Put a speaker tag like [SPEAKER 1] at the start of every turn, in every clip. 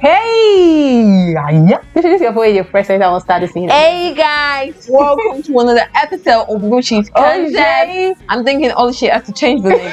[SPEAKER 1] Hey! Hiya! Your boy, your first time I will start this thing.
[SPEAKER 2] Hey guys, welcome to another episode of Gucci's Concept.
[SPEAKER 1] Okay.
[SPEAKER 2] I'm thinking all she has to change the name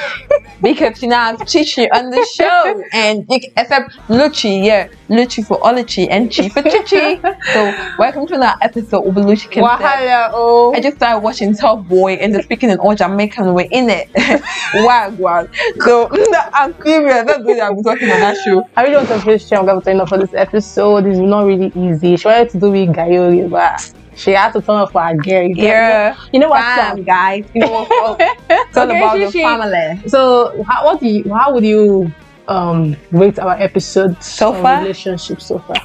[SPEAKER 2] because she now has Chichi on the show and you can accept Lucci, yeah, Lucci for Oluchi and Chi for Chichi. so welcome to another episode of Gucci Concept.
[SPEAKER 1] Wahala, oh.
[SPEAKER 2] I just started watching Top Boy and they're speaking in all Jamaican way in it. wow, wow. So I'm curious. That's what I'm talking on that show.
[SPEAKER 1] I really want to finish Chiamaka with enough for this episode. It's not really easy. She wanted to do it Gayori, but she had to turn off for her girl.
[SPEAKER 2] Yeah.
[SPEAKER 1] You know what?
[SPEAKER 2] Fam,
[SPEAKER 1] Sam?
[SPEAKER 2] guys. You know what's up? It's
[SPEAKER 1] Ah. Oh,
[SPEAKER 2] all
[SPEAKER 1] Okay,
[SPEAKER 2] about the
[SPEAKER 1] Chichi.
[SPEAKER 2] family.
[SPEAKER 1] So, how, what do you, how would you um rate our episode
[SPEAKER 2] So
[SPEAKER 1] on
[SPEAKER 2] far?
[SPEAKER 1] Relationship so far.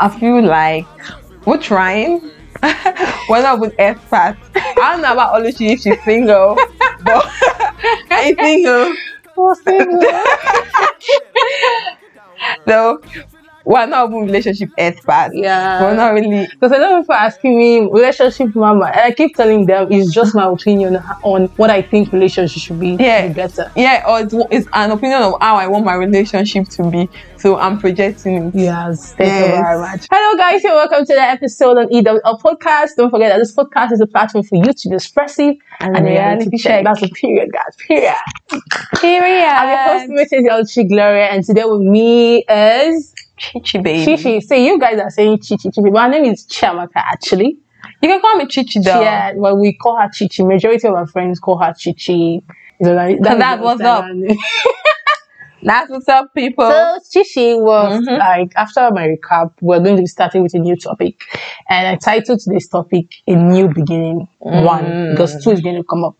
[SPEAKER 2] I feel like we're trying. we're not with expats. I don't know about Oluchi if she's single, but I uh, ain't single. So we're not even relationship experts.
[SPEAKER 1] yeah.
[SPEAKER 2] We're not really.
[SPEAKER 1] Because a lot of people are asking me relationship mama, and I keep telling them it's just my opinion on what I think relationship should be,
[SPEAKER 2] Yeah.
[SPEAKER 1] be better.
[SPEAKER 2] Yeah, or it's, it's an opinion of how I want my relationship to be. So I'm projecting it.
[SPEAKER 1] Yes, thank you
[SPEAKER 2] Yes.
[SPEAKER 1] very much. Hello, guys, and welcome to the episode on EWL Podcast. Don't forget that this podcast is a platform for you to be expressive and, reality check. That's a period, guys. Period.
[SPEAKER 2] Period.
[SPEAKER 1] I'm your host, Mrs. Elchi Gloria, and today with me is
[SPEAKER 2] Chichi, baby.
[SPEAKER 1] Chichi. So you guys are saying Chichi Chichi, but her name is Chiamaka actually.
[SPEAKER 2] You can call me Chichi, though.
[SPEAKER 1] Yeah, well, we call her Chichi. Majority of our friends call her Chichi. So that,
[SPEAKER 2] That's what's up. Oh. That's what's up, people.
[SPEAKER 1] So Chichi was
[SPEAKER 2] Mhm.
[SPEAKER 1] like after my recap, we're going to be starting with a new topic, and I titled today's topic "A New Beginning."
[SPEAKER 2] Mm.
[SPEAKER 1] One because two is going to come up,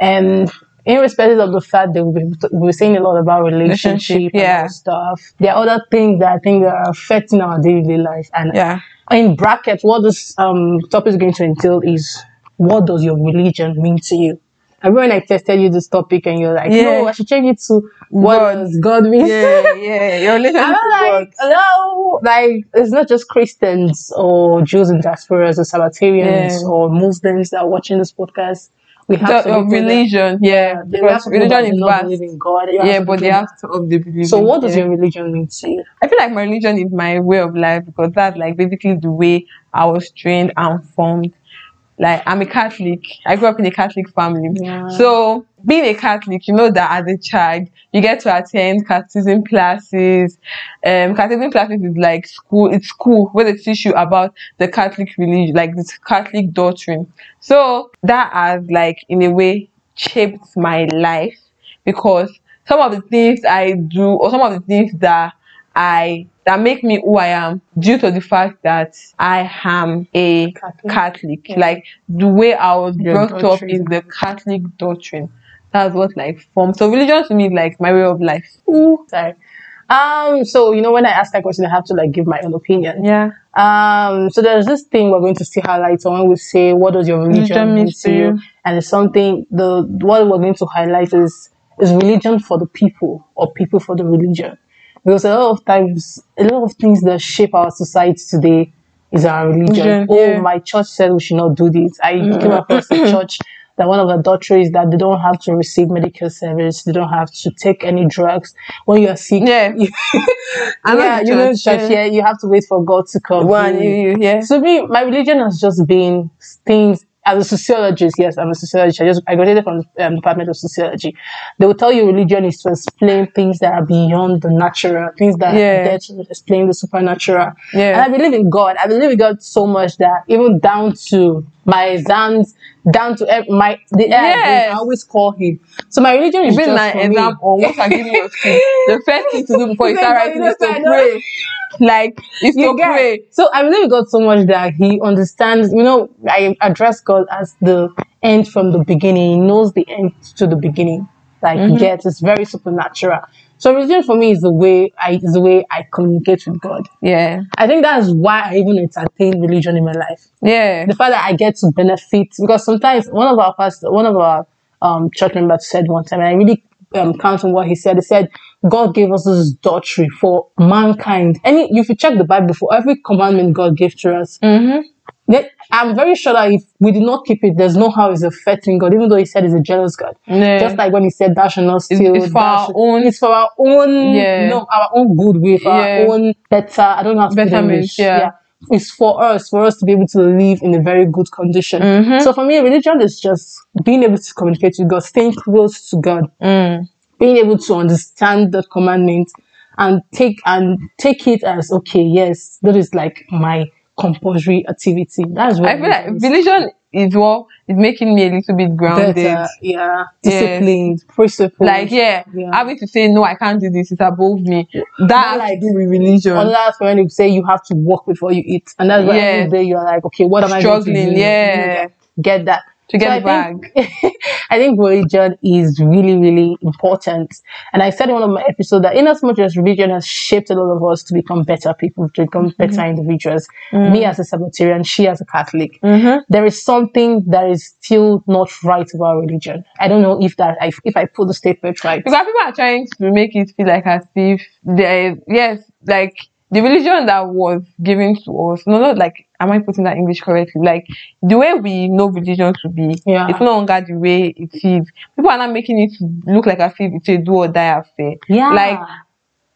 [SPEAKER 1] and irrespective of the fact that we've we're saying a lot about relationship,
[SPEAKER 2] Relationship,
[SPEAKER 1] and
[SPEAKER 2] yeah.
[SPEAKER 1] all stuff, there are other things that I think that are affecting our daily life. And
[SPEAKER 2] yeah.
[SPEAKER 1] in brackets, what this um topic is going to entail is what does your religion mean to you? I remember when I tested you this topic, and you're like,
[SPEAKER 2] Yeah.
[SPEAKER 1] "No, I should change it to what
[SPEAKER 2] God.
[SPEAKER 1] does God mean?"
[SPEAKER 2] Yeah, yeah. Your relationship
[SPEAKER 1] I'm
[SPEAKER 2] with God.
[SPEAKER 1] like, no, like it's not just Christians or Jews and diasporas or Sabbatarians
[SPEAKER 2] Yeah.
[SPEAKER 1] or Muslims that are watching this podcast. We have
[SPEAKER 2] the,
[SPEAKER 1] to
[SPEAKER 2] of uh, religion, yeah.
[SPEAKER 1] They have
[SPEAKER 2] Because religion is
[SPEAKER 1] not
[SPEAKER 2] vast.
[SPEAKER 1] believe in God. You
[SPEAKER 2] Yeah,
[SPEAKER 1] have
[SPEAKER 2] but
[SPEAKER 1] people
[SPEAKER 2] they
[SPEAKER 1] that-
[SPEAKER 2] have to of the belief.
[SPEAKER 1] So, what does
[SPEAKER 2] yeah.
[SPEAKER 1] your religion mean to you?
[SPEAKER 2] I feel like my religion is my way of life because that's like basically the way I was trained and formed. Like I'm a Catholic. I grew up in a Catholic family.
[SPEAKER 1] Yeah.
[SPEAKER 2] So being a Catholic, you know that as a child, you get to attend catechism classes. Um, catechism classes is like school. It's school where they teach you about the Catholic religion, like this Catholic doctrine. So that has like in a way shaped my life because some of the things I do or some of the things that I that make me who I am due to the fact that I am a
[SPEAKER 1] Catholic.
[SPEAKER 2] Catholic.
[SPEAKER 1] Yeah.
[SPEAKER 2] Like the way I was
[SPEAKER 1] Your
[SPEAKER 2] brought up
[SPEAKER 1] doctrine.
[SPEAKER 2] is the Catholic doctrine. That's what like form. So religion to me is like my way of life. Ooh.
[SPEAKER 1] Sorry. Um, so you know, when I ask that question, I have to like give my own opinion.
[SPEAKER 2] Yeah.
[SPEAKER 1] Um, so there's this thing we're going to see highlight. Someone will say, "What does
[SPEAKER 2] Mm,
[SPEAKER 1] your religion,
[SPEAKER 2] Religion
[SPEAKER 1] mean
[SPEAKER 2] means
[SPEAKER 1] to
[SPEAKER 2] to
[SPEAKER 1] you?"
[SPEAKER 2] you.
[SPEAKER 1] And it's something the what we're going to highlight is is religion for the people or people for the religion, because a lot of times a lot of things that shape our society today is our religion.
[SPEAKER 2] Religion,
[SPEAKER 1] Oh,
[SPEAKER 2] yeah. Mm.
[SPEAKER 1] my church said we should not do this. I came across a church that one of the doctrines is that they don't have to receive medical service, they don't have to take any drugs when you are sick.
[SPEAKER 2] Yeah. I know
[SPEAKER 1] yeah,
[SPEAKER 2] the
[SPEAKER 1] you know,
[SPEAKER 2] church,
[SPEAKER 1] church, yeah,
[SPEAKER 2] yeah.
[SPEAKER 1] you have to wait for God to come.
[SPEAKER 2] One. You,
[SPEAKER 1] Mm.
[SPEAKER 2] you, yeah.
[SPEAKER 1] To me, my religion has just been things. As a sociologist, yes, I'm a sociologist. I just I graduated from the um, Department of Sociology. They will tell you religion is to explain things that are beyond the natural, things that
[SPEAKER 2] Yeah.
[SPEAKER 1] are there to explain the supernatural. And
[SPEAKER 2] Yeah.
[SPEAKER 1] I believe in God. I believe in God so much that even down to my exams, down to ev- my the air, I breathe, I
[SPEAKER 2] Yes.
[SPEAKER 1] always call Him. So my religion is
[SPEAKER 2] Even
[SPEAKER 1] just
[SPEAKER 2] my
[SPEAKER 1] for
[SPEAKER 2] exam oh,
[SPEAKER 1] me.
[SPEAKER 2] or once I give you a school, the first thing to do before you
[SPEAKER 1] Even
[SPEAKER 2] start
[SPEAKER 1] though
[SPEAKER 2] writing
[SPEAKER 1] you
[SPEAKER 2] is to
[SPEAKER 1] don't
[SPEAKER 2] pray. Like it's
[SPEAKER 1] you
[SPEAKER 2] to
[SPEAKER 1] get
[SPEAKER 2] pray.
[SPEAKER 1] so I believe God so much that He understands. You know, I address God as the end from the beginning. He knows the end to the beginning. Like you get, it's very supernatural. So religion for me is the way I is the way I communicate with God.
[SPEAKER 2] Yeah.
[SPEAKER 1] I think that's why I even entertain religion in my life.
[SPEAKER 2] Yeah.
[SPEAKER 1] The fact that I get to benefit because sometimes one of our pastor, one of our um, church members said one time, and I really um, count on what he said. He said, "God gave us this doctrine for mankind. Any, if you check the Bible, for every commandment God gave to us,
[SPEAKER 2] Mm-hmm.
[SPEAKER 1] Then I'm very sure that if we did not keep it, there's no how it's affecting God, even though he said he's a jealous God.
[SPEAKER 2] Yeah.
[SPEAKER 1] Just like when he said, Thou shalt not steal.
[SPEAKER 2] it's for
[SPEAKER 1] thou
[SPEAKER 2] our
[SPEAKER 1] shalt-"
[SPEAKER 2] own-
[SPEAKER 1] It's for our own,
[SPEAKER 2] Yeah.
[SPEAKER 1] no, our own good way, for
[SPEAKER 2] Yeah.
[SPEAKER 1] our own better, I don't know how to put it in
[SPEAKER 2] Betterment,
[SPEAKER 1] English.
[SPEAKER 2] yeah.
[SPEAKER 1] It's for us, for us to be able to live in a very good condition.
[SPEAKER 2] Mhm.
[SPEAKER 1] So for me, religion is just being able to communicate with God, staying close to God,
[SPEAKER 2] Mm.
[SPEAKER 1] being able to understand that commandment and take and take it as okay, yes, that is like my compulsory activity. That's what
[SPEAKER 2] I feel like
[SPEAKER 1] religion is.
[SPEAKER 2] religion is what is making me a little bit grounded.
[SPEAKER 1] better, yeah,
[SPEAKER 2] Yes.
[SPEAKER 1] disciplined, principled.
[SPEAKER 2] Like yeah,
[SPEAKER 1] Yeah.
[SPEAKER 2] having to say no, I can't do this. It's above me.
[SPEAKER 1] Not
[SPEAKER 2] That has
[SPEAKER 1] like-
[SPEAKER 2] to do with religion.
[SPEAKER 1] On last when you say you have to walk before you eat, and that's why
[SPEAKER 2] Yeah.
[SPEAKER 1] every day you're like, okay, what am I going to
[SPEAKER 2] Struggling,
[SPEAKER 1] do?
[SPEAKER 2] yeah.
[SPEAKER 1] You know, get that.
[SPEAKER 2] to get
[SPEAKER 1] So
[SPEAKER 2] it
[SPEAKER 1] I
[SPEAKER 2] back.
[SPEAKER 1] think- I think religion is really, really important. And I said in one of my episodes that in as much as religion has shaped a lot of us to become better people, to become
[SPEAKER 2] Mm-hmm.
[SPEAKER 1] better individuals, me as a Sabbatarian, she as a Catholic,
[SPEAKER 2] Mhm.
[SPEAKER 1] there is something that is still not right about religion. I don't know if that, if, if I put the statement right.
[SPEAKER 2] Because people are trying to make it feel like as if they yes, like the religion that was given to us. No, not like am I putting that English correctly? Like the way we know religion to be,
[SPEAKER 1] Yeah.
[SPEAKER 2] it's no longer the way it is. People are not making it look like as if it's a do or die affair.
[SPEAKER 1] Yeah.
[SPEAKER 2] Like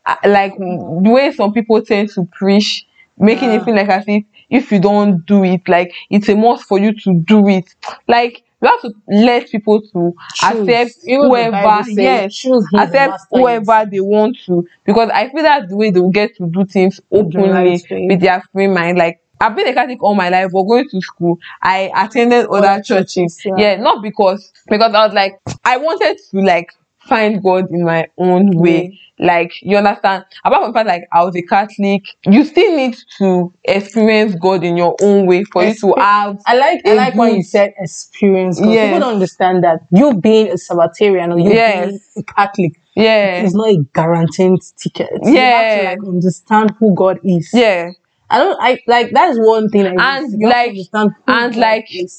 [SPEAKER 2] uh, like the way some people tend to preach, making
[SPEAKER 1] Yeah.
[SPEAKER 2] it feel like as if if you don't do it, like it's a must for you to do it. Like you have to let people to
[SPEAKER 1] Choose.
[SPEAKER 2] accept
[SPEAKER 1] Even the Bible
[SPEAKER 2] whoever,
[SPEAKER 1] says,
[SPEAKER 2] yes,
[SPEAKER 1] choose him,
[SPEAKER 2] accept
[SPEAKER 1] master
[SPEAKER 2] whoever they want to, because I feel that's the way they will get to do things openly
[SPEAKER 1] right way.
[SPEAKER 2] with their free mind. Like I've been a Catholic all my life, but going to school, I attended other,
[SPEAKER 1] Other
[SPEAKER 2] churches.
[SPEAKER 1] churches, yeah.
[SPEAKER 2] yeah, not because because I was like I wanted to like find God in my own
[SPEAKER 1] Mm-hmm.
[SPEAKER 2] way. Like you understand? Apart from the fact like I was a Catholic, you still need to experience God in your own way for you to
[SPEAKER 1] Expe-
[SPEAKER 2] have
[SPEAKER 1] I like I
[SPEAKER 2] It
[SPEAKER 1] like when you
[SPEAKER 2] would.
[SPEAKER 1] said experience because
[SPEAKER 2] Yes.
[SPEAKER 1] people don't understand that you being a Sabbatarian or you
[SPEAKER 2] Yes.
[SPEAKER 1] being a Catholic
[SPEAKER 2] yeah.
[SPEAKER 1] is not a guaranteed ticket. You have to
[SPEAKER 2] Yeah.
[SPEAKER 1] like understand who God is.
[SPEAKER 2] Yeah.
[SPEAKER 1] I don't I like that's one thing I
[SPEAKER 2] And,
[SPEAKER 1] miss. You have to
[SPEAKER 2] like-
[SPEAKER 1] understand who
[SPEAKER 2] and,
[SPEAKER 1] God
[SPEAKER 2] like,
[SPEAKER 1] is.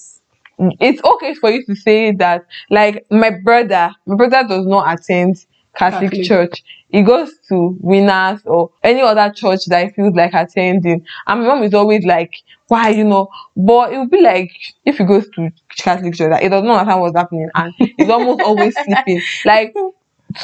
[SPEAKER 2] it's okay for you to say that like my brother my brother does not attend catholic,
[SPEAKER 1] Catholic.
[SPEAKER 2] church he goes to winners or any other church that he feels like attending and my mom is always like why you know but it would be like if he goes to catholic church like, it does not understand what's happening and he's almost always sleeping like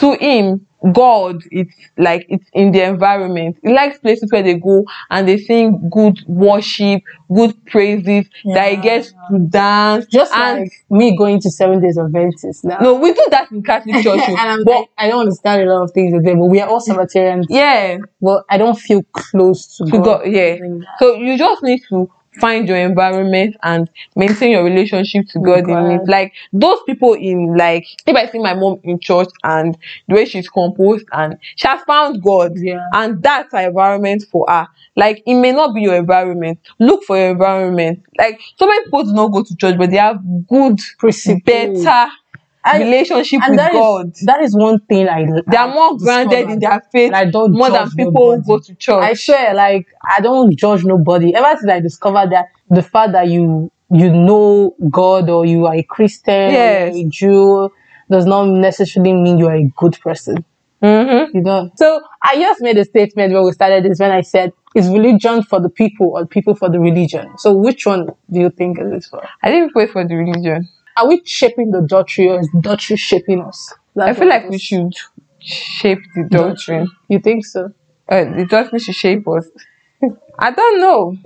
[SPEAKER 2] to him god it's like it's in the environment he likes places where they go and they sing good worship good praises that he
[SPEAKER 1] Yeah.
[SPEAKER 2] gets to dance
[SPEAKER 1] Just
[SPEAKER 2] and
[SPEAKER 1] like me going to seven days of Adventist now.
[SPEAKER 2] no, we do that in Catholic church.
[SPEAKER 1] and I'm
[SPEAKER 2] but
[SPEAKER 1] like, I don't understand a lot of things there, but we are all Sabbatarians.
[SPEAKER 2] yeah,
[SPEAKER 1] Well, I don't feel close to
[SPEAKER 2] to
[SPEAKER 1] "Oh God.
[SPEAKER 2] God, yeah.
[SPEAKER 1] doing that.
[SPEAKER 2] So you just need to find your environment and maintain your relationship to
[SPEAKER 1] With
[SPEAKER 2] God in
[SPEAKER 1] God.
[SPEAKER 2] it. Like those people in like if I see my mom in church and the way she's composed and she has found God.
[SPEAKER 1] Yeah.
[SPEAKER 2] And that's her environment for her. Like it may not be your environment. Look for your environment. Like so many people do not go to church, but they have good,
[SPEAKER 1] Principle.
[SPEAKER 2] better
[SPEAKER 1] Mm. I-
[SPEAKER 2] relationship
[SPEAKER 1] and
[SPEAKER 2] with
[SPEAKER 1] that is-
[SPEAKER 2] God.
[SPEAKER 1] that is one thing I
[SPEAKER 2] they are more grounded in their faith
[SPEAKER 1] and I don't
[SPEAKER 2] more than
[SPEAKER 1] judge
[SPEAKER 2] people
[SPEAKER 1] nobody.
[SPEAKER 2] who go to church.
[SPEAKER 1] I swear, like I don't judge nobody. Ever since I discovered that the fact that you you know God or you are a Christian, or
[SPEAKER 2] Yes.
[SPEAKER 1] you're a Jew, does not necessarily mean you are a good person.
[SPEAKER 2] Mhm.
[SPEAKER 1] You know. So I just made a statement when we started this when I said, "Is religion for the people or people for the religion?" So which one do you think it is for?
[SPEAKER 2] I think we wait for the religion.
[SPEAKER 1] Are we shaping the doctrine or is doctrine shaping us?
[SPEAKER 2] I
[SPEAKER 1] That's
[SPEAKER 2] feel
[SPEAKER 1] what
[SPEAKER 2] like
[SPEAKER 1] it
[SPEAKER 2] we
[SPEAKER 1] is.
[SPEAKER 2] should shape the doctrine.
[SPEAKER 1] You think so?
[SPEAKER 2] Uh, the doctrine should shape us. I don't know.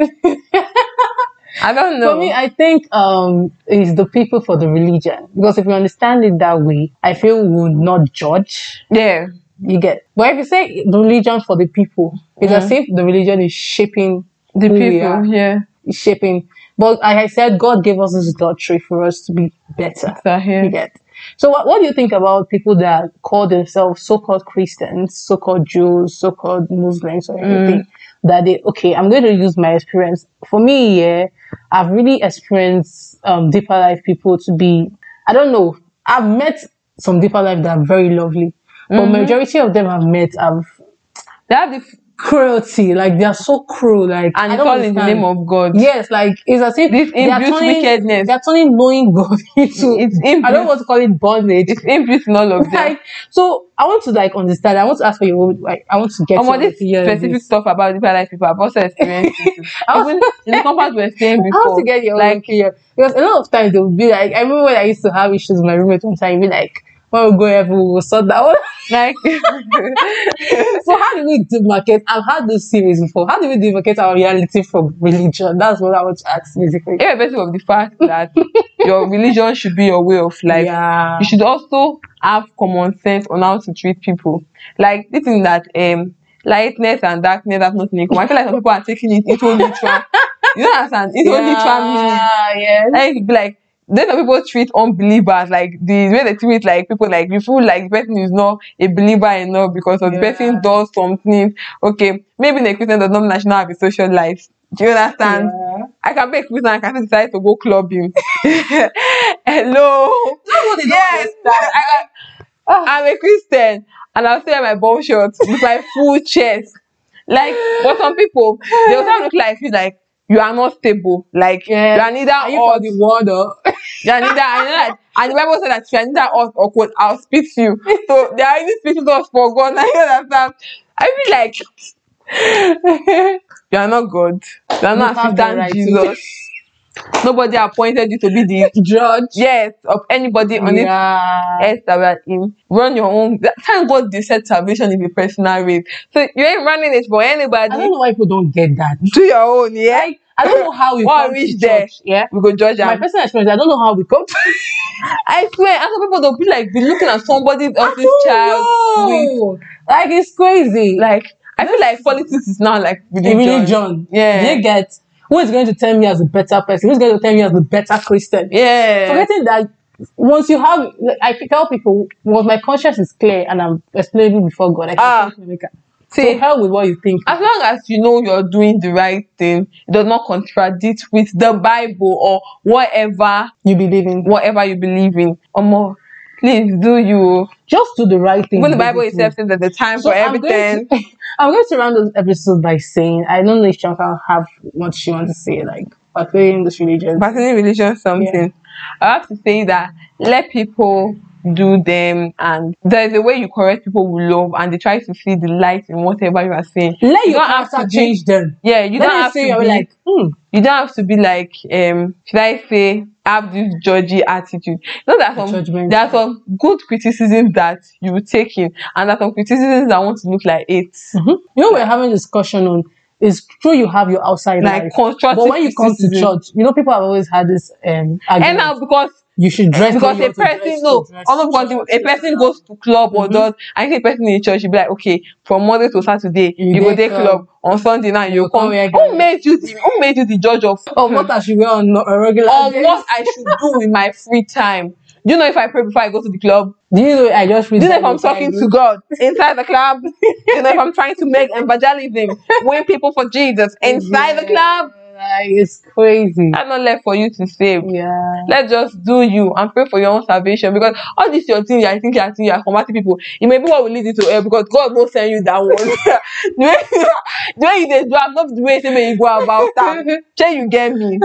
[SPEAKER 2] I don't know.
[SPEAKER 1] For me, I think um is the people for the religion because if you understand it that way, I feel we would not judge.
[SPEAKER 2] yeah.
[SPEAKER 1] You get, but if you say the religion for the people, it's as if the religion is shaping
[SPEAKER 2] The
[SPEAKER 1] who we
[SPEAKER 2] people,
[SPEAKER 1] are,
[SPEAKER 2] yeah,
[SPEAKER 1] is shaping. But like I said, God gave us this doctrine for us to be better.
[SPEAKER 2] that here.
[SPEAKER 1] You get. So what, what do you think about people that call themselves so-called Christians, so-called Jews, so-called Muslims
[SPEAKER 2] Mm.
[SPEAKER 1] or anything? That they okay, I'm going to use my experience. For me, yeah, I've really experienced um, deeper life people to be. I don't know. I've met
[SPEAKER 2] Mm-hmm.
[SPEAKER 1] some deeper life that are very lovely, but majority of them I've met have
[SPEAKER 2] They have the f-
[SPEAKER 1] cruelty. Like they are so cruel. Like
[SPEAKER 2] and
[SPEAKER 1] I don't
[SPEAKER 2] call in the
[SPEAKER 1] understand.
[SPEAKER 2] name of God.
[SPEAKER 1] Yes, like it's as if
[SPEAKER 2] This
[SPEAKER 1] they are
[SPEAKER 2] imputes
[SPEAKER 1] turning-
[SPEAKER 2] wickedness.
[SPEAKER 1] They are turning knowing God into
[SPEAKER 2] It's
[SPEAKER 1] I don't
[SPEAKER 2] imputes.
[SPEAKER 1] want to call it bondage.
[SPEAKER 2] It's imputes in all of them.
[SPEAKER 1] Like so, I want to like understand. I want to ask for your own. Like, I want to get
[SPEAKER 2] Um,
[SPEAKER 1] your
[SPEAKER 2] this
[SPEAKER 1] opinion on
[SPEAKER 2] specific
[SPEAKER 1] this.
[SPEAKER 2] stuff about different life people, I've also experienced it.
[SPEAKER 1] I want-
[SPEAKER 2] Even in the compound we were staying
[SPEAKER 1] I want
[SPEAKER 2] before.
[SPEAKER 1] to get your own
[SPEAKER 2] like,
[SPEAKER 1] opinion because a lot of times they would be like. I remember when I used to have issues with my roommate one time. Be like, when we go everywhere, we'll sort that one.
[SPEAKER 2] like,
[SPEAKER 1] so how do we demarcate? I've had this series before. How do we demarcate our reality from religion? That's what I want to ask basically.
[SPEAKER 2] irrespective of the fact that your religion should be your way of life,
[SPEAKER 1] yeah.
[SPEAKER 2] you should also have common sense on how to treat people. Like this thing that um lightness and darkness have nothing in common. I feel like some people are taking it into literal. you don't understand? It's only literal meaning.
[SPEAKER 1] yeah, yes.
[SPEAKER 2] Like it'd be like then some people treat unbelievers like the way they treat like people like you feel like the person is not a believer enough because of the
[SPEAKER 1] Yeah.
[SPEAKER 2] person does something. Okay, maybe the Christian does not national have a social life. Do you understand?
[SPEAKER 1] Yeah.
[SPEAKER 2] I can be a Christian and I can still decide to go clubbing. Hello.
[SPEAKER 1] Nobody
[SPEAKER 2] Yes.
[SPEAKER 1] understand.
[SPEAKER 2] I,
[SPEAKER 1] Ah.
[SPEAKER 2] am a Christian and I'll wear my bum shorts with my full chest. Like, for some people, they also look like you, like, you are not stable. Like,
[SPEAKER 1] Yes.
[SPEAKER 2] you are neither
[SPEAKER 1] Are you
[SPEAKER 2] or
[SPEAKER 1] for the word or
[SPEAKER 2] yeah, neither, and, neither, and the Bible said that you are neither us or quote, I'll spit you. So they are already speaking us for God. I understand. I feel like you are not God. You are not
[SPEAKER 1] You have the
[SPEAKER 2] assistant
[SPEAKER 1] right to-
[SPEAKER 2] Jesus. Nobody appointed you to be the
[SPEAKER 1] judge?
[SPEAKER 2] yes of anybody on this
[SPEAKER 1] Yeah.
[SPEAKER 2] earth that we are in. Run your own. Thank God they said salvation is a personal race. So you ain't running it for
[SPEAKER 1] I
[SPEAKER 2] anybody.
[SPEAKER 1] don't know why people don't get that.
[SPEAKER 2] Do your own, yeah.
[SPEAKER 1] I don't know how we
[SPEAKER 2] Why
[SPEAKER 1] come
[SPEAKER 2] reach
[SPEAKER 1] to
[SPEAKER 2] there?
[SPEAKER 1] church. Yeah.
[SPEAKER 2] we go judge
[SPEAKER 1] My
[SPEAKER 2] them.
[SPEAKER 1] personal experience, I don't know how we come to
[SPEAKER 2] I swear, other people they'll be like be looking at somebody else's child with
[SPEAKER 1] Wow. Like it's crazy. Like
[SPEAKER 2] like I feel like politics is now like
[SPEAKER 1] religion.
[SPEAKER 2] religion.
[SPEAKER 1] religion.
[SPEAKER 2] Yeah.
[SPEAKER 1] Do you get who is going to tell me as a better person? Who's going to tell me as the better Christian?
[SPEAKER 2] Yeah.
[SPEAKER 1] Forgetting that once you have, like, I tell people, once my conscience is clear and I'm explaining before God, I can
[SPEAKER 2] Ah.
[SPEAKER 1] think America.
[SPEAKER 2] See,
[SPEAKER 1] To hell with what you think.
[SPEAKER 2] as long as you know you're doing the right thing, it does not contradict with the Bible or whatever
[SPEAKER 1] you believe in.
[SPEAKER 2] whatever you believe in. Or more, please do you.
[SPEAKER 1] Just do the right thing.
[SPEAKER 2] Even the Bible
[SPEAKER 1] basically.
[SPEAKER 2] itself says that the time
[SPEAKER 1] So
[SPEAKER 2] for
[SPEAKER 1] I'm going,
[SPEAKER 2] everything.
[SPEAKER 1] to, I'm going to round this episode by saying I don't know if Chanka have what she wants to say, like pertaining this religion.
[SPEAKER 2] Personal religion something. I have to say that let people do them and there's a way you correct people with love and they try to see the light in whatever you are saying.
[SPEAKER 1] Let
[SPEAKER 2] you
[SPEAKER 1] your
[SPEAKER 2] don't have
[SPEAKER 1] character
[SPEAKER 2] to be-
[SPEAKER 1] change them.
[SPEAKER 2] Yeah, you
[SPEAKER 1] Let
[SPEAKER 2] don't
[SPEAKER 1] them
[SPEAKER 2] have to
[SPEAKER 1] see
[SPEAKER 2] be
[SPEAKER 1] you are like, hmm,
[SPEAKER 2] you don't have to be like um should I say have this judgy attitude. You know that some
[SPEAKER 1] Judgmental.
[SPEAKER 2] there are some good criticisms that you will take in and there are some criticisms that want to look like it.
[SPEAKER 1] mhm. you know, we're having discussion on. It's true you have your outside
[SPEAKER 2] Like
[SPEAKER 1] life,
[SPEAKER 2] constructive
[SPEAKER 1] but when you come to
[SPEAKER 2] criticism.
[SPEAKER 1] church, you know people have always had this um argument.
[SPEAKER 2] And now because
[SPEAKER 1] you should dress the
[SPEAKER 2] because
[SPEAKER 1] way you
[SPEAKER 2] a
[SPEAKER 1] want to dress
[SPEAKER 2] person
[SPEAKER 1] to
[SPEAKER 2] no
[SPEAKER 1] dress.
[SPEAKER 2] almost because a person goes to club or
[SPEAKER 1] Mhm.
[SPEAKER 2] does I think a person in church you be like okay from Monday to Saturday
[SPEAKER 1] You
[SPEAKER 2] you, go
[SPEAKER 1] dey
[SPEAKER 2] day
[SPEAKER 1] club.
[SPEAKER 2] club on Sunday night
[SPEAKER 1] You
[SPEAKER 2] you,
[SPEAKER 1] come
[SPEAKER 2] come
[SPEAKER 1] here
[SPEAKER 2] who
[SPEAKER 1] again.
[SPEAKER 2] made you the who made you the judge of
[SPEAKER 1] Or Oh, what I should wear on a regular
[SPEAKER 2] on
[SPEAKER 1] day.
[SPEAKER 2] what I should do with my free time. Do you know if I pray before I go to the club?
[SPEAKER 1] Do you know I just read
[SPEAKER 2] Do you know if
[SPEAKER 1] Bible
[SPEAKER 2] I'm talking
[SPEAKER 1] Bible?
[SPEAKER 2] to God inside the club? Do you know if I'm trying to make evangelism, win people for Jesus inside the
[SPEAKER 1] Yeah,
[SPEAKER 2] club?
[SPEAKER 1] Like, it's crazy.
[SPEAKER 2] I'm not left for you to save.
[SPEAKER 1] Yeah.
[SPEAKER 2] Let's just do you and pray for your own salvation because all this your thing, I think you're thinking you're combating people. It may be what will lead you to hell because God will send you that one. the way the way you dey do, I'm not the way you say may you go about that. Say you get me.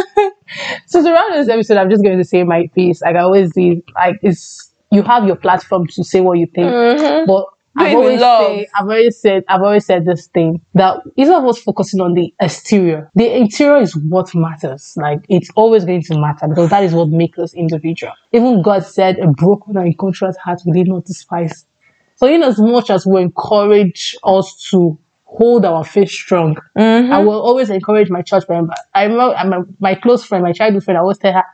[SPEAKER 1] So to round this episode, I'm just going to say my piece. Like I always do. Like it's you have your platform to say what you think, but.
[SPEAKER 2] Do it
[SPEAKER 1] I've always,
[SPEAKER 2] with love.
[SPEAKER 1] say, I've always said I've always said this thing that instead of us focusing on the exterior, the interior is what matters. Like it's always going to matter because that is what makes us individual. Even God said a broken and contrite heart will he not despise. So in as much as we encourage us to hold our faith strong, I will always encourage my church member. I remember uh, my, my close friend, my childhood friend, I always tell her,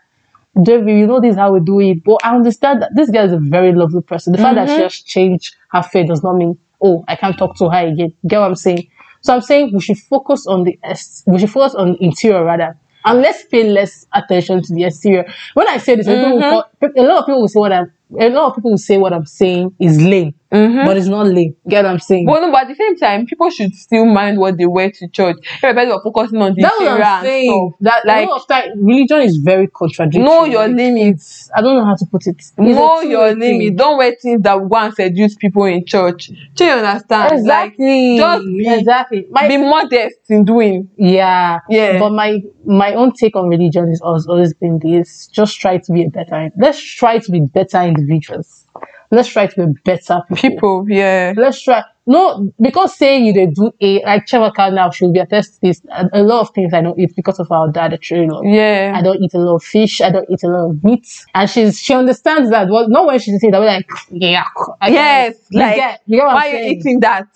[SPEAKER 1] Debbie, you know this is how we do it. But I understand that this girl is a very lovely person. The fact that she has changed her faith does not mean, oh, I can't talk to her again. Get what I'm saying? So I'm saying we should focus on the est- we should focus on interior rather. And let's pay less attention to the exterior. When I say this, people will call, a lot of people will say what I'm a lot of people will say what I'm saying is lame.
[SPEAKER 2] Mm-hmm.
[SPEAKER 1] but it's not lame. Get what I'm saying?
[SPEAKER 2] But no, but at the same time, people should still mind what they wear to church. Everybody was focusing on the
[SPEAKER 1] That's what
[SPEAKER 2] Shira
[SPEAKER 1] I'm
[SPEAKER 2] and
[SPEAKER 1] saying.
[SPEAKER 2] stuff.
[SPEAKER 1] That
[SPEAKER 2] Like-
[SPEAKER 1] a lot of time, religion is very contradictory.
[SPEAKER 2] Know your limits.
[SPEAKER 1] I don't know how to put it. It's a
[SPEAKER 2] Know your
[SPEAKER 1] two-way thing.
[SPEAKER 2] limits. Don't wear things that will go and seduce people in church. Do you understand?
[SPEAKER 1] Exactly.
[SPEAKER 2] just be-
[SPEAKER 1] exactly. My
[SPEAKER 2] Like, be modest in doing.
[SPEAKER 1] Yeah.
[SPEAKER 2] Yeah.
[SPEAKER 1] But my my own take on religion is always always been this: just try to be a better. Let's try to be better individuals. Let's try to be better people.
[SPEAKER 2] people, yeah.
[SPEAKER 1] Let's try. No, because saying you they do a like Chemaka now should be attest to this. A, a lot of things I don't eat because of our dad, a trainer. I
[SPEAKER 2] Yeah.
[SPEAKER 1] don't eat a lot of fish. I don't eat a lot of meat. And she's she understands that. Well, not when she says that, we're like, yeah, I-
[SPEAKER 2] Yes,
[SPEAKER 1] you
[SPEAKER 2] like,
[SPEAKER 1] get, you get what
[SPEAKER 2] Why
[SPEAKER 1] I'm
[SPEAKER 2] are you
[SPEAKER 1] saying?
[SPEAKER 2] eating that?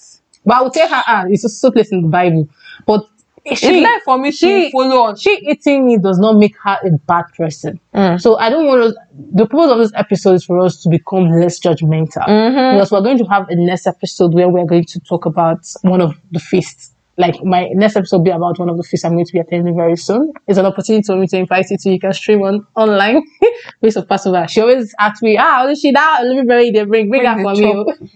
[SPEAKER 1] But I will tell her, ah, it's a so place in the Bible. But she,
[SPEAKER 2] it's like for me
[SPEAKER 1] she-
[SPEAKER 2] to follow on.
[SPEAKER 1] she eating me does not make her a bad person. So I don't want us, the purpose of this episode is for us to become less judgmental.
[SPEAKER 2] Mhm.
[SPEAKER 1] Because we're going to have a next episode where we're going to talk about one of the feasts. Like my next episode will be about one of the feasts I'm going to be attending very soon. It's an opportunity for me to invite you to you can stream on online based of Passover. She always asks me, ah, how is she that delivery they bring? Bring
[SPEAKER 2] Bring
[SPEAKER 1] that
[SPEAKER 2] the
[SPEAKER 1] for me.
[SPEAKER 2] chop.
[SPEAKER 1] oh."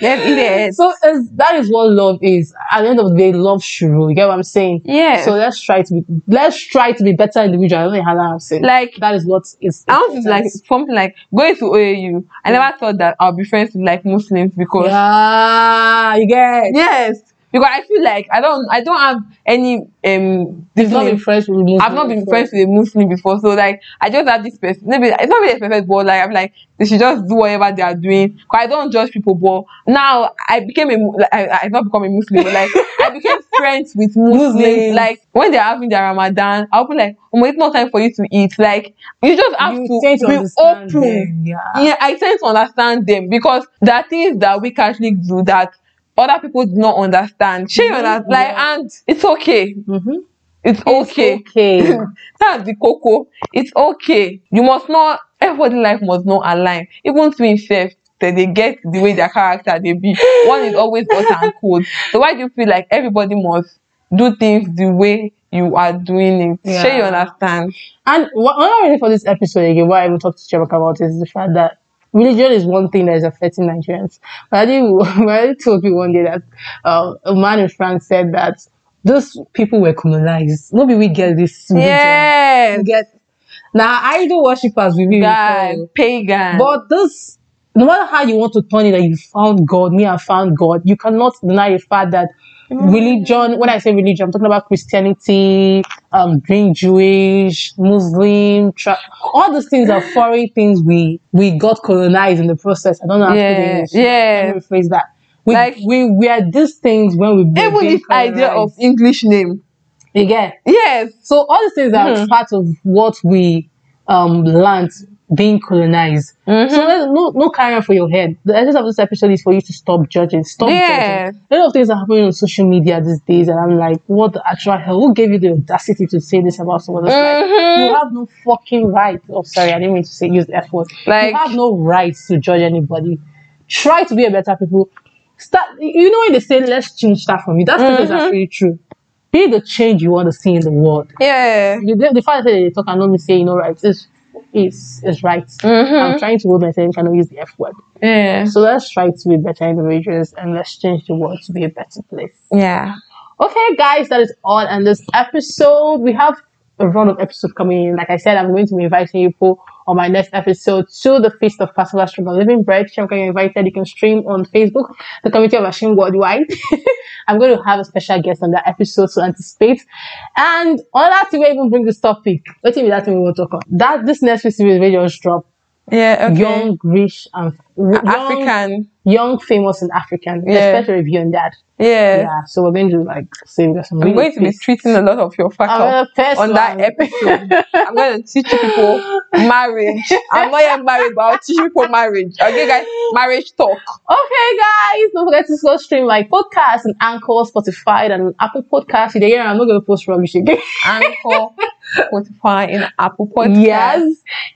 [SPEAKER 2] Yes, it is.
[SPEAKER 1] So it's, that is what love is. At the end of the day, love should rule. You get what I'm saying?
[SPEAKER 2] Yes.
[SPEAKER 1] So let's try to be let's try to be better individual. I don't know how I'm saying.
[SPEAKER 2] Like,
[SPEAKER 1] that is what is.
[SPEAKER 2] I want to like
[SPEAKER 1] important.
[SPEAKER 2] something like going to OAU. I never thought that I'll be friends with like Muslims because
[SPEAKER 1] Yeah, you get.
[SPEAKER 2] yes, because I feel like I don't I don't have any um
[SPEAKER 1] You've not been
[SPEAKER 2] Muslim.
[SPEAKER 1] friends with Muslim.
[SPEAKER 2] I've not been
[SPEAKER 1] before.
[SPEAKER 2] friends with a Muslim before, so like I just have this person. Maybe it's not really a perfect, but like I'm like they should just do whatever they are doing. 'Cause I don't judge people, but now I became a Mu- like, I I not become a Muslim, but like I became friends with Muslims.
[SPEAKER 1] Muslims.
[SPEAKER 2] Like when they're having their Ramadan, I'll be like, oh, it's not time for you to eat. Like you just have
[SPEAKER 1] You
[SPEAKER 2] to,
[SPEAKER 1] tend to
[SPEAKER 2] be
[SPEAKER 1] understand
[SPEAKER 2] open.
[SPEAKER 1] them, Yeah.
[SPEAKER 2] yeah, I tend to understand them because there are things that we Catholics do that other people do not understand. She
[SPEAKER 1] Mhm,
[SPEAKER 2] understand, like,
[SPEAKER 1] yeah.
[SPEAKER 2] and it's okay.
[SPEAKER 1] Mm-hmm.
[SPEAKER 2] It's okay.
[SPEAKER 1] Okay.
[SPEAKER 2] That's the cocoa. It's okay. You must not. Everybody life must not align. Even twin self, that they get the way their character they be. One is always hot and cold. So why do you feel like everybody must do things the way you are doing it?
[SPEAKER 1] Yeah.
[SPEAKER 2] Yeah. you understand?
[SPEAKER 1] And wha- another reason for this episode again, why I even talked to Chebok about it, is the fact that religion is one thing that is affecting Nigerians. But I didn't, I told me one day that uh, a man in France said that those people were colonized. Maybe we get this religion.
[SPEAKER 2] Yes.
[SPEAKER 1] We get now idol worshippers we be
[SPEAKER 2] Guy,
[SPEAKER 1] before.
[SPEAKER 2] pagan.
[SPEAKER 1] But this, no matter how you want to turn it, that you found God, me, I found God. You cannot deny the fact that
[SPEAKER 2] Mm.
[SPEAKER 1] religion. When I say religion, I'm talking about Christianity, um, being Jewish, Muslim, tra- all those things are foreign things we we got colonized in the process. I don't know how to put it in
[SPEAKER 2] Yeah,
[SPEAKER 1] English.
[SPEAKER 2] yeah.
[SPEAKER 1] Let me rephrase that. We,
[SPEAKER 2] Like-
[SPEAKER 1] we were these things when we were
[SPEAKER 2] even
[SPEAKER 1] being
[SPEAKER 2] this idea of
[SPEAKER 1] colonized.
[SPEAKER 2] English name.
[SPEAKER 1] you get
[SPEAKER 2] Yes.
[SPEAKER 1] so all these things are
[SPEAKER 2] Mhm.
[SPEAKER 1] part of what we um learned being colonized.
[SPEAKER 2] Mhm.
[SPEAKER 1] So let- no no carrying for your head. The essence of this episode is for you to stop judging. Stop
[SPEAKER 2] Yeah.
[SPEAKER 1] judging. A lot of things are happening on social media these days, and I'm like, what the actual hell? Who gave you the audacity to say this about someone else's life?
[SPEAKER 2] Mhm.
[SPEAKER 1] You have no fucking right. Oh, sorry, I didn't mean to say use the F word.
[SPEAKER 2] Like-
[SPEAKER 1] you have no right to judge anybody. Try to be a better people. Start. You know when they say let's change start from you. That sentence is
[SPEAKER 2] Mhm.
[SPEAKER 1] actually true. Be the change you want to see in the world
[SPEAKER 2] Yeah.
[SPEAKER 1] the, the fact that they talk and not me say you know right is is is right. I'm
[SPEAKER 2] Mhm.
[SPEAKER 1] trying to hold myself and not use the F word.
[SPEAKER 2] Yeah.
[SPEAKER 1] So let's try to be better individuals and let's change the world to be a better place.
[SPEAKER 2] Yeah.
[SPEAKER 1] Okay, guys, that is all on this episode. We have a round of episodes coming in. Like I said, I'm going to be inviting you people on my next episode to the Feast of Passover Stream on Living Bread. Sure, you're invited. You can stream on Facebook, the Community of Ashim Worldwide. I'm going to have a special guest on that episode, so anticipate. And on that, we even bring this topic. What thing that thing we will talk on? That this next feast series will just drop.
[SPEAKER 2] Yeah. Okay.
[SPEAKER 1] Young, rich, and young,
[SPEAKER 2] African.
[SPEAKER 1] young, famous, and African.
[SPEAKER 2] Yeah.
[SPEAKER 1] Especially if you're on that.
[SPEAKER 2] Yeah.
[SPEAKER 1] Yeah, so we're going to like save us some.
[SPEAKER 2] I'm going to be treating a lot of your
[SPEAKER 1] I'm
[SPEAKER 2] faculty
[SPEAKER 1] gonna piss
[SPEAKER 2] on that
[SPEAKER 1] one.
[SPEAKER 2] episode. I'm going to teach you people marriage. I'm not yet married, but I'll teach you people marriage. Okay, guys, marriage talk.
[SPEAKER 1] Okay, guys, don't forget to go stream my podcast and Anchor, Spotify, and Apple Podcasts. Today, yeah, I'm not gonna post rubbish again.
[SPEAKER 2] Anchor, Spotify, and Apple Podcast.
[SPEAKER 1] yes,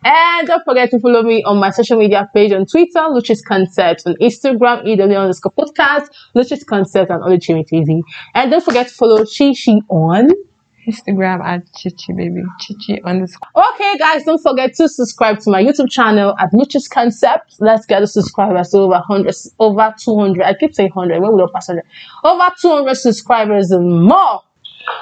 [SPEAKER 1] and don't forget to follow me on my social media page on Twitter, Luchis Concept, on Instagram, EW underscore podcast, Luchis Concept, and Oluchimi TV. And don't forget to follow Chi Chi on
[SPEAKER 2] Instagram at Chichi Baby. Chichi underscore.
[SPEAKER 1] Okay, guys, don't forget to subscribe to my YouTube channel at Luchis Concept. Let's get the subscribers to over 100, over 200. I keep saying 100, when we don't pass 100. Over 200 subscribers and more.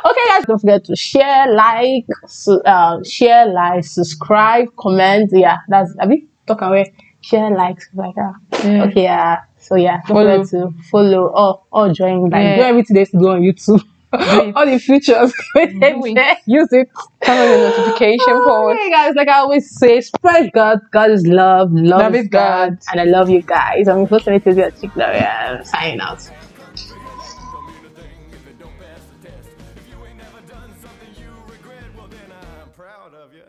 [SPEAKER 1] Okay, guys, don't forget to share, like, su- uh, share, like, subscribe, comment. Yeah, that's, I mean, talk away. Share, like, like that.
[SPEAKER 2] Yeah.
[SPEAKER 1] Okay, yeah. So, yeah, don't
[SPEAKER 2] Follow.
[SPEAKER 1] forget to follow or, or join. Like,
[SPEAKER 2] Yeah.
[SPEAKER 1] do everything that's go on YouTube.
[SPEAKER 2] it.
[SPEAKER 1] All the features.
[SPEAKER 2] it.
[SPEAKER 1] Use it.
[SPEAKER 2] Turn on your
[SPEAKER 1] Oh
[SPEAKER 2] notification post.
[SPEAKER 1] Hey guys, like I always say, spread God. God is love. Love,
[SPEAKER 2] Love
[SPEAKER 1] is
[SPEAKER 2] is
[SPEAKER 1] God.
[SPEAKER 2] God.
[SPEAKER 1] And I love you guys. I'm supposed to be at Chick Gloria. I'm signing out.
[SPEAKER 3] Don't mean a thing if it don't pass the test. If you ain't never done something you regret, well then I'm proud of you.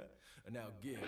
[SPEAKER 3] Now get.